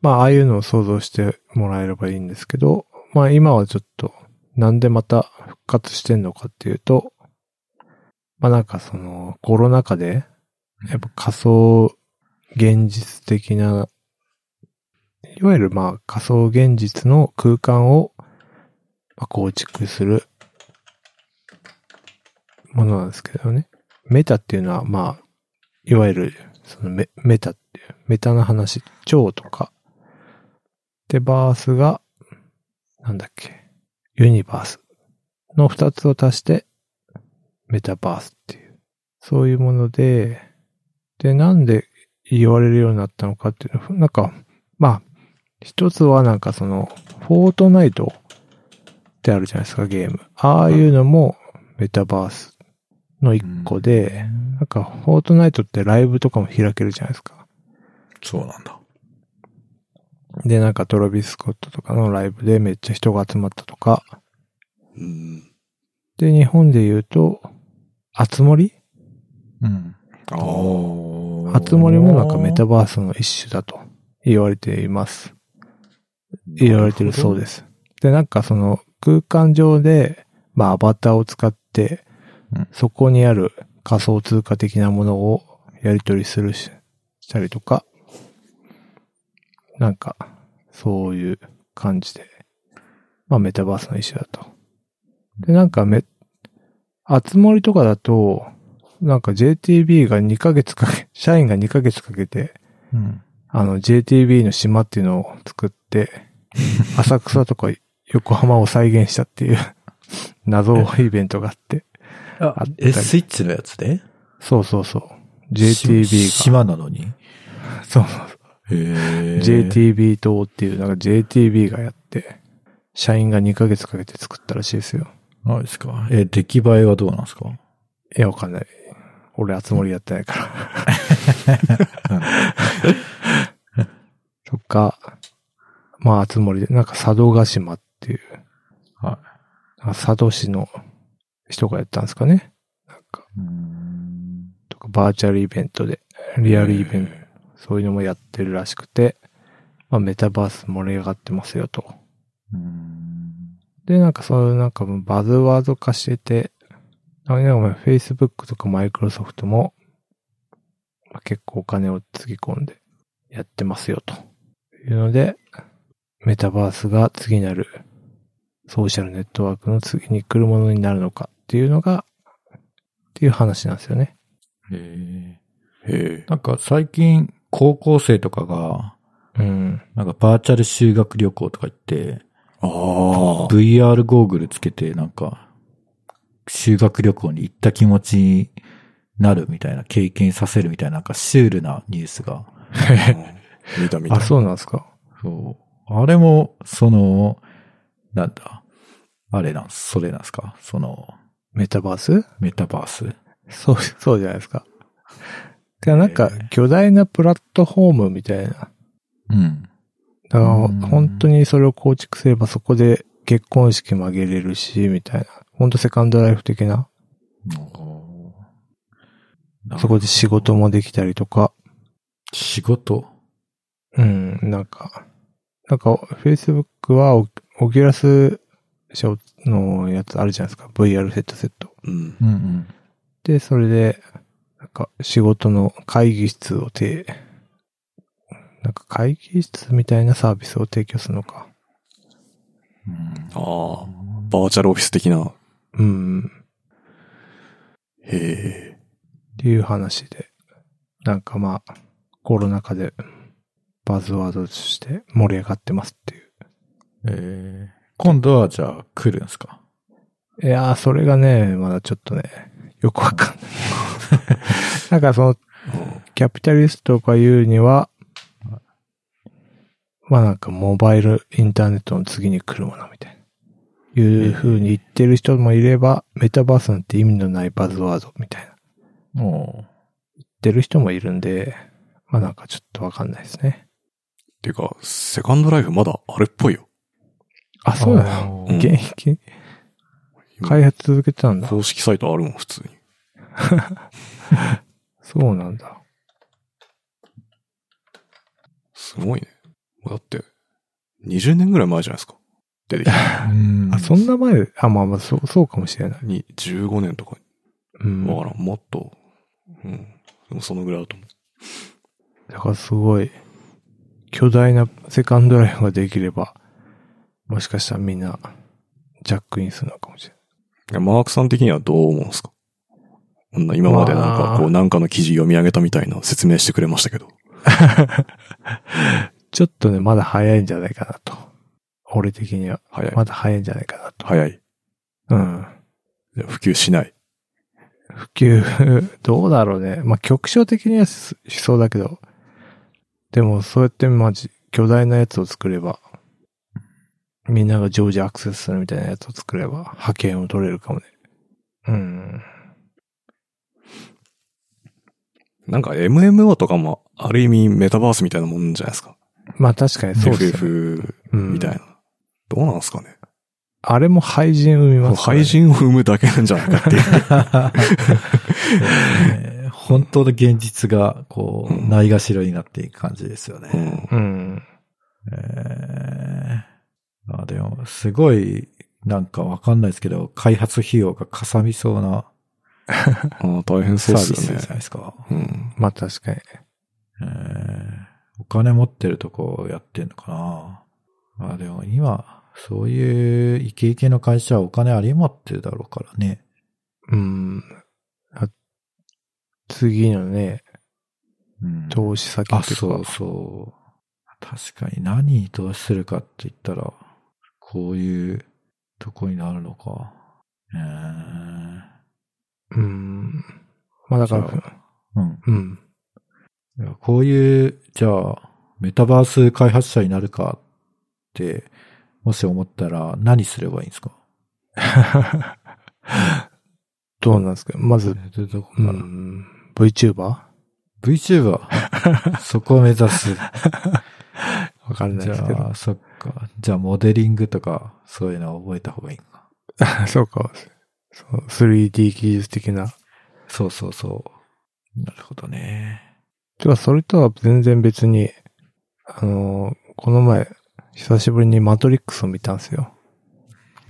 Speaker 1: まあ、ああいうのを想像してもらえればいいんですけど、まあ今はちょっと、なんでまた復活してんのかっていうと、まあなんかその、コロナ禍で、やっぱ仮想現実的な、いわゆるまあ仮想現実の空間をまあ構築するものなんですけどね。メタっていうのはまあ、いわゆるそのメメタっていう、メタの話、蝶とか。で、バースが、なんだっけ、ユニバースの二つを足して、メタバースっていう、そういうもので、で、なんで言われるようになったのかっていうの、なんか、まあ、一つはなんかその、フォートナイトってあるじゃないですか、ゲーム。ああいうのもメタバースの一個で、なんか、フォートナイトってライブとかも開けるじゃないですか。
Speaker 2: そうなんだ。
Speaker 1: で、なんかトロビス・スコットとかのライブでめっちゃ人が集まったとか。
Speaker 3: うん。
Speaker 1: で、日本で言うと、あつ森
Speaker 2: うん。
Speaker 3: あー
Speaker 2: お
Speaker 1: あつ森もなんかメタバースの一種だと言われています。言われてるそうです。で、なんかその空間上で、まあアバターを使って
Speaker 2: うん、
Speaker 1: そこにある仮想通貨的なものをやり取りするし、したりとか、なんか、そういう感じで、まあメタバースの一種だと。で、なんかめ、あつ森とかだと、なんか JTB が2ヶ月かけ、社員が2ヶ月かけて、
Speaker 2: うん。
Speaker 1: あの JTB の島っていうのを作って、 浅草とか横浜を再現したっていう 謎イベントがあって。あ
Speaker 2: あ
Speaker 1: った、り
Speaker 2: え、スイッチのやつで
Speaker 1: そうそうそう。
Speaker 2: し
Speaker 1: JTB が。
Speaker 2: 島なのに。
Speaker 1: そうそうそう。
Speaker 3: へー
Speaker 1: JTB 島っていう、なんか JTB がやって、社員が2ヶ月かけて作ったらしいですよ。
Speaker 2: ないですか。え、出来栄えはどうなんですか
Speaker 1: いや、わかんない。俺、あつ森やってないから。とか、まあ、あつ森で、なんか佐渡島っていう、
Speaker 2: は
Speaker 1: なんか佐渡市の人がやったんですかね。なんか、
Speaker 2: い。うん。
Speaker 1: とかバーチャルイベントで、リアルイベント、そういうのもやってるらしくて、まあ、メタバース盛り上がってますよと。
Speaker 2: うん。
Speaker 1: で、なんかそういうなんかもうバズワード化してて、なんかね、Facebook とか Microsoft も、まあ、結構お金をつぎ込んでやってますよと。いうので、メタバースが次なるソーシャルネットワークの次に来るものになるのかっていうのが、っていう話なんですよね。
Speaker 2: え
Speaker 3: へ
Speaker 2: なんか最近、高校生とかが、
Speaker 1: うん。
Speaker 2: なんかバーチャル修学旅行とか行って、
Speaker 3: ーああ。
Speaker 2: VR ゴーグルつけて、なんか、修学旅行に行った気持ちになるみたいな、経験させるみたいな、なんかシュールなニュースが。
Speaker 3: 見た見た。
Speaker 1: あ、そうなんですか。
Speaker 2: そう。あれも、その、なんだ、あれなんす、それなんすか、その、
Speaker 1: メタバース
Speaker 2: メタバース。
Speaker 1: そう、そうじゃないですか。てかなんか、巨大なプラットフォームみたいな。だか
Speaker 2: うん。
Speaker 1: ら
Speaker 2: うん、
Speaker 1: 本当にそれを構築すればそこで結婚式も挙げれるし、みたいな。本当セカンドライフ的な。そこで仕事もできたりとか。
Speaker 2: 仕事
Speaker 1: うん、なんか、なんか、Facebook はオ、オキュラス社のやつあるじゃないですか。VR セットセット。
Speaker 3: うん。
Speaker 2: うんうん。
Speaker 1: で、それで、なんか仕事の会議室をて、なんか会議室みたいなサービスを提供するのか。
Speaker 2: うん
Speaker 3: ああ。バーチャルオフィス的な。
Speaker 1: うん。
Speaker 3: へえ。
Speaker 1: っていう話で。なんかまあ、コロナ禍でバズワードとして盛り上がってますっていう。
Speaker 2: えー今度はじゃあ来るんすか
Speaker 1: いやー、それがね、まだちょっとね、よくわかんない。 なんかその、キャピタリストとか言うには、まあなんかモバイルインターネットの次に来るものみたいな。いう風に言ってる人もいれば、メタバースなんて意味のないバズワードみたいな。言っ
Speaker 2: お
Speaker 1: てる人もいるんで、まあなんかちょっとわかんないですね。
Speaker 3: ていうか、セカンドライフまだあれっぽいよ。
Speaker 1: あ、そうなの
Speaker 2: の
Speaker 3: うん
Speaker 1: 現役
Speaker 3: 今
Speaker 1: 開発続けてたんだ。
Speaker 3: 公式サイトあるもん、普通に。
Speaker 1: そうなんだ。
Speaker 3: すごいね。だって、20年ぐらい前じゃないですか。出て きた。
Speaker 2: うん
Speaker 1: あ、そんな前、あ、まあまあ、そう、そうかもしれない。
Speaker 3: に、15年とか。
Speaker 1: うん。
Speaker 3: わからん。もっと。うん。でもそのぐらいだと思う。
Speaker 1: だからすごい、巨大なセカンドライフができれば、もしかしたらみんな、ジャックインするのかもしれ
Speaker 3: いやマークさん的にはどう思うんですかあんな今までなんかこ
Speaker 1: ま
Speaker 3: う
Speaker 1: あ
Speaker 3: なんかの記事読み上げたみたいな説明してくれましたけど。
Speaker 1: ちょっとね、まだ早いんじゃないかなと。俺的には。
Speaker 3: 早い。
Speaker 1: まだ早いんじゃないかなと。
Speaker 3: 早い。
Speaker 1: うん。
Speaker 3: じゃあ普及しない。
Speaker 1: 普及、 どうだろうね。まあ、局所的にはししそうだけど。でも、そうやって、まあ、じ巨大なやつを作れば、みんなが常時アクセスするみたいなやつを作れば、派遣を取れるかもね。うん。
Speaker 3: なんか MMO とかもある意味メタバースみたいなもんじゃないですか。
Speaker 1: まあ、確かにそうですね。
Speaker 3: FF
Speaker 1: うん
Speaker 3: みたいな。どうなんですかね。
Speaker 1: あれも廃人生みますからね
Speaker 3: 廃人を生むだけなんじゃないかっていう。
Speaker 2: ね本当の現実が、こ
Speaker 3: う
Speaker 2: う、
Speaker 3: ん
Speaker 2: ないがしろになっていく感じですよね。
Speaker 3: うん。
Speaker 1: うん。
Speaker 2: えー、あでも、すごい、なんかわかんないですけど、開発費用がかさみそうな
Speaker 3: ああ、大変そう
Speaker 2: サー
Speaker 3: っ
Speaker 2: ビ
Speaker 3: す
Speaker 2: スじゃ
Speaker 3: よね
Speaker 2: ない。ですか。
Speaker 3: うん。
Speaker 1: まあ、確かに。
Speaker 2: えーお金持ってるとこやってんのかな。まあでも今、そういうイケイケの会社はお金ありまってるだろうからね。
Speaker 1: うん。あ次のね、
Speaker 2: うん、
Speaker 1: 投資先
Speaker 2: あ、
Speaker 1: ってい
Speaker 2: そうう
Speaker 1: か、
Speaker 2: そう。確かに何に投資するかって言ったら、こういうとこになるのか。え
Speaker 1: うん。まあ、だから
Speaker 2: じゃ、ーうん。
Speaker 1: うん。
Speaker 2: いやこういう、じゃあ、メタバース開発者になるかって、もし思ったら何すればいいんですか
Speaker 1: どうなんですかまず、
Speaker 2: どういうとこ
Speaker 1: う
Speaker 2: から
Speaker 1: ん、VTuber? わ
Speaker 2: VTuber。そこを目指す。
Speaker 1: かんない
Speaker 2: じ
Speaker 1: ですけ
Speaker 2: ゃあ、そっか。じゃあ、モデリングとか、そういうのを覚えた方がいいのか。
Speaker 1: ど。 そうか。そう 3D 技術的な。
Speaker 2: そうそうそう。なるほどね。
Speaker 1: てか、それとは全然別に、あのー、この前、久しぶりにマトリックスを見たんですよ。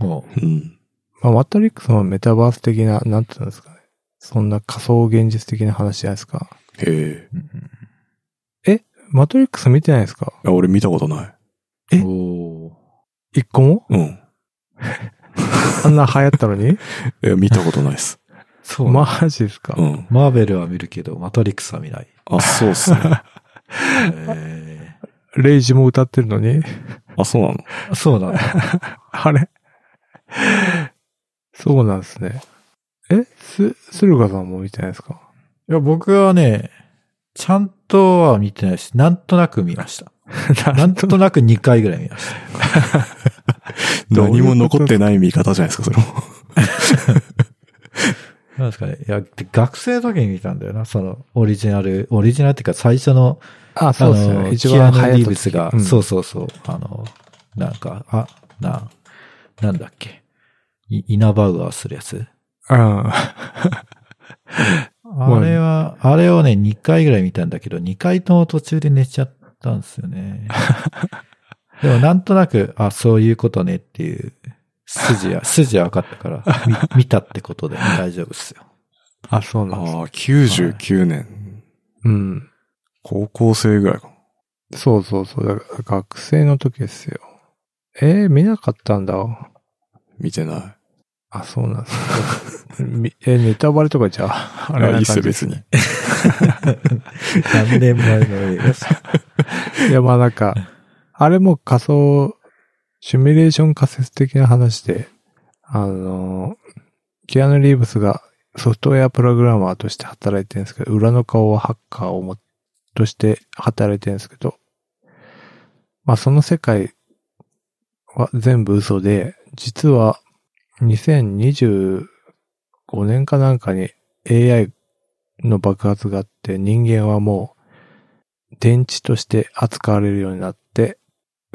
Speaker 2: も
Speaker 3: うん。
Speaker 1: まあ、マトリックスもメタバース的な、なんていうんですかね。そんな仮想現実的な話じゃないですか。
Speaker 3: へえ。
Speaker 2: う。
Speaker 1: マトリックス見てないですか
Speaker 3: あ俺見たことない。
Speaker 1: え
Speaker 2: おー
Speaker 1: 一個も
Speaker 3: うん。
Speaker 1: あんな流行ったの に
Speaker 3: え、見たことないっす。
Speaker 2: そう、ま。
Speaker 1: マジですか、
Speaker 3: うん。
Speaker 2: マーベルは見るけど、マトリックスは見ない。
Speaker 3: あ、そうっすね。
Speaker 2: え
Speaker 1: レイジも歌ってるのに
Speaker 3: あ、そうなの
Speaker 2: ー、そうなんだ。
Speaker 1: あれそうなんですね。えす、駿河さんも見てないですか
Speaker 2: いや、僕はね、ちゃんとは見てないし、なんとなく見ました。なんとなく2回ぐらい見ました。
Speaker 1: どういうこと
Speaker 3: 何も残ってない見方じゃないですか、それも。
Speaker 2: なんですかね。いや、で学生の時に見たんだよな、その、オリジナル、オリジナルっていうか最初の、
Speaker 1: あ、
Speaker 2: あ
Speaker 1: そうですよ
Speaker 2: の、
Speaker 1: ね。一
Speaker 2: キア
Speaker 1: 番
Speaker 2: ヌ・
Speaker 1: 早
Speaker 2: リ
Speaker 1: い
Speaker 2: ーブスが、そうそうそう、あの、なんか、あ、な、なんだっけ。イイナバウアーするやつ
Speaker 1: うん。
Speaker 2: あれは、あれをね、2回ぐらい見たんだけど、2回とも途中で寝ちゃったんですよ ね。でもなんとなく、あ、そういうことねっていう、筋 は、筋は分かったから、み見たってことで大丈夫っすよ。
Speaker 1: あ、そうなんです。
Speaker 3: ああ、99年。
Speaker 1: うん。
Speaker 3: 高校生ぐらいかな。
Speaker 1: そうそうそう。だから学生の時ですよ。えー見なかったんだ。
Speaker 3: 見てない。
Speaker 1: あ、そうなんです ねみえ、ネタバレとかじゃあ、あ
Speaker 3: あれいいっ
Speaker 1: な
Speaker 3: す
Speaker 1: 感
Speaker 3: よ、
Speaker 1: じ
Speaker 3: 別に。
Speaker 2: 何年前の映画っす
Speaker 1: いや、まあなんか、あれも仮想、シミュレーション仮説的な話で、あの、キアヌ・リーブスがソフトウェアプログラマーとして働いてるんですけど、裏の顔はハッカーをも、として働いてるんですけど、まあその世界は全部嘘で、実は2025年かなんかに AI の爆発があって、人間はもう電池として扱われるようになって、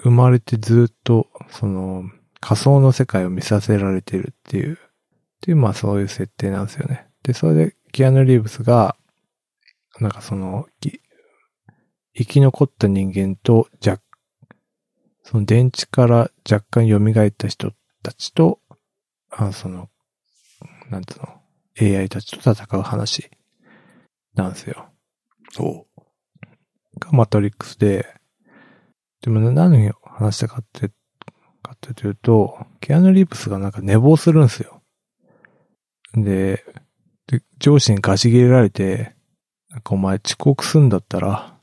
Speaker 1: 生まれてずっと、その、仮想の世界を見させられてるっていう、っていう、まあそういう設定なんですよね。で、それで、キアヌ・リーブスが、なんかその、き生き残った人間と、じゃ、その電池から若干蘇った人たちと、あその、なんつうの、AI たちと戦う話、なんですよ。
Speaker 3: そ
Speaker 1: がマトリックスで、でもね何を話したかって、かってというと、ケアヌ・リーブスがなんか寝坊するんですよ。で、で、上司にガチ切れられて、なんかお前遅刻すんだったら、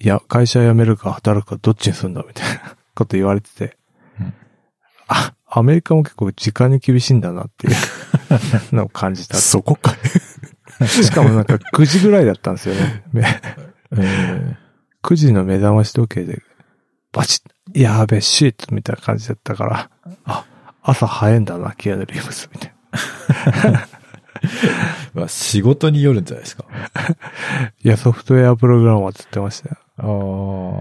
Speaker 1: いや、会社辞めるか働くかどっちにすんだみたいな こと言われてて、
Speaker 2: うん
Speaker 1: あ、アメリカも結構時間に厳しいんだなっていうのを感じた。
Speaker 3: そこか。
Speaker 1: しかもなんか9時ぐらいだったんですよね。 め
Speaker 2: えー
Speaker 1: 9時の目覚まし時計で、バチッ、やべ、シートみたいな感じだったから、あ、朝早いんだな、キアヌ・リーブスみたいな。
Speaker 2: うわ仕事によるんじゃないですか。あ
Speaker 1: いや、ソフトウェアプログラマーって言ってましたよ。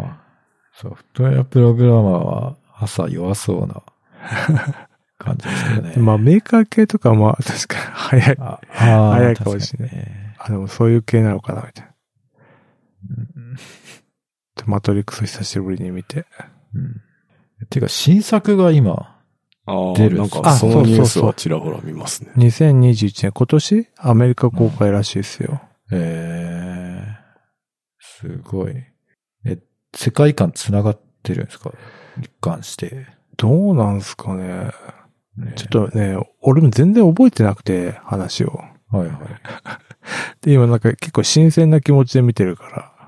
Speaker 2: あ。ソフトウェアプログラマーは朝弱そうな感じですけどね。
Speaker 1: まあ、メーカー系とかはまあ、 確かに早い。
Speaker 2: あ、あ
Speaker 1: 早いかもしれ
Speaker 2: ない。確かにね
Speaker 1: あ、でもそういう系なのかな、みたいな。
Speaker 2: うん
Speaker 1: でマトリックス久しぶりに見て。
Speaker 2: うんていうか、新作が今、
Speaker 3: ああ、
Speaker 2: 出る
Speaker 3: なん
Speaker 1: あ
Speaker 3: かその
Speaker 1: そ
Speaker 3: ニュース
Speaker 1: うそうそ
Speaker 3: は
Speaker 1: う
Speaker 3: ちらほら見ますね。
Speaker 1: 2021年、今年アメリカ公開らしいですよ。
Speaker 2: えー、すごい。え、世界観つながってるんですか一貫して。
Speaker 1: どうなんすかね。
Speaker 2: ね
Speaker 1: ちょっとね、俺も全然覚えてなくて、話を。
Speaker 2: はいはい。
Speaker 1: で、今なんか結構新鮮な気持ちで見てるか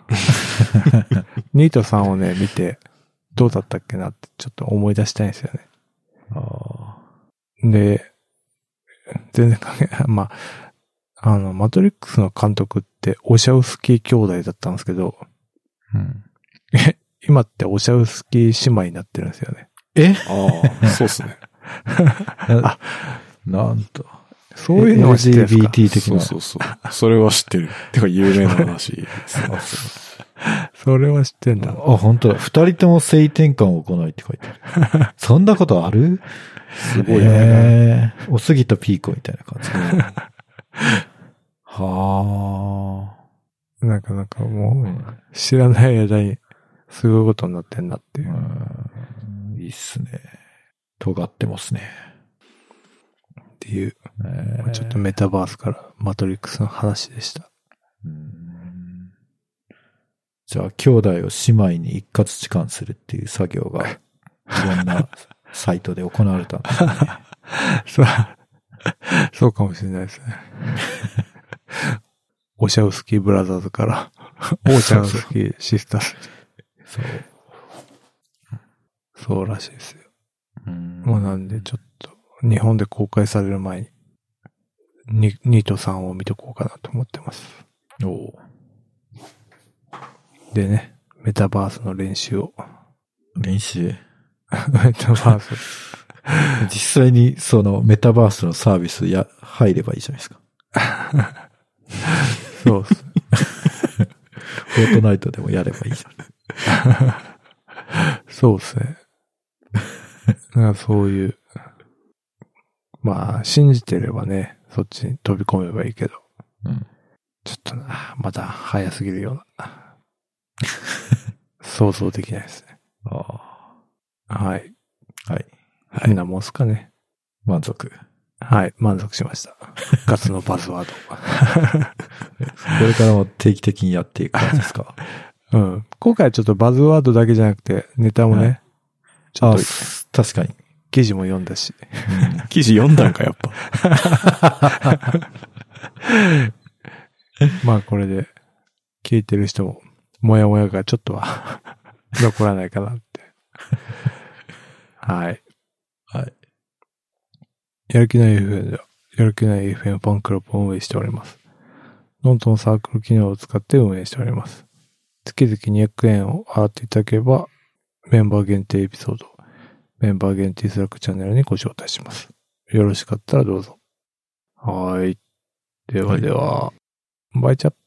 Speaker 1: ら。ニートさんをね、見て、どうだったっけなってちょっと思い出したいんですよ
Speaker 2: ああ。
Speaker 1: ね。で、全然関係ない。 まあ、あの、マトリックスの監督ってオシャウスキー兄弟だったんですけど、
Speaker 2: うん。
Speaker 1: 今ってオシャウスキー姉妹になってるんですよね。
Speaker 2: え
Speaker 3: ああ、そうですね。
Speaker 2: ななんと。
Speaker 1: そういうのは知ってるんですか
Speaker 2: LGBT 的
Speaker 3: そ
Speaker 2: な。
Speaker 3: うそうそう。それは知ってる。てか有名な話 ですね。
Speaker 2: あそう
Speaker 1: それは知ってんだ。
Speaker 2: あ、本当だ。二人とも性転換を行いって書いてある。そんなことある
Speaker 3: すごいね。
Speaker 2: えー、おすぎとピーコみたいな感じ。はあ。
Speaker 1: なんかなんかもう、知らない間に、すごいことになってんなっていうう。
Speaker 2: んいいっすね。尖ってますね。
Speaker 1: っていう。
Speaker 2: えー
Speaker 1: ちょっとメタバースからマトリックスの話でした。
Speaker 2: うんじゃあ、兄弟を姉妹に一括置換するっていう作業が、いろんなサイトで行われたんですね。
Speaker 1: そう、 そうかもしれないですね。 オシャウスキーブラザーズ から、オーシャウスキーシスターズ。
Speaker 2: そう。
Speaker 1: そうらしいですよ。
Speaker 2: うん
Speaker 1: まあなんで、ちょっと、日本で公開される前に、にニートさんを見とこうかなと思ってます。
Speaker 2: おう
Speaker 1: でね、メタバースの練習を。
Speaker 2: 練習。
Speaker 1: メタバース。
Speaker 2: 実際にそのメタバースのサービスや入ればいいじゃないですか。
Speaker 1: そうっす。
Speaker 2: フォートナイトでもやればいいじゃん。
Speaker 1: そうですね。なんかそういう、まあ、信じてればね、そっちに飛び込めばいいけど、
Speaker 2: うん
Speaker 1: ちょっとな、まだ早すぎるような。想像できないですね。
Speaker 2: あ
Speaker 1: はい。
Speaker 2: あはい。
Speaker 1: みんなもんすかね。
Speaker 2: 満足。こ
Speaker 1: はい、満足しました。復活のパスワー
Speaker 2: れからも定期的にやっていく感じです か。
Speaker 1: ド。うん。今回はちょっとバズワードだけじゃなくて、ネタもね、
Speaker 2: はい
Speaker 1: ちょっと
Speaker 2: す確かに。
Speaker 1: 記事も読んだし、
Speaker 3: 記事読んだんか、やっぱ。
Speaker 1: まあこれで聞いてる人も、もやもやがちょっとは 残らないかなって。はい。
Speaker 2: はい。
Speaker 1: やる気ない FM では、やる気ない FM ファンクラブを運営しております。ノントのサークル機能を使って運営しております。月々200円を払っていただければ、メンバー限定エピソード、メンバー限定スラックチャンネルにご招待します。よろしかったらどうぞ。はーい。ではでは、バイチャップ。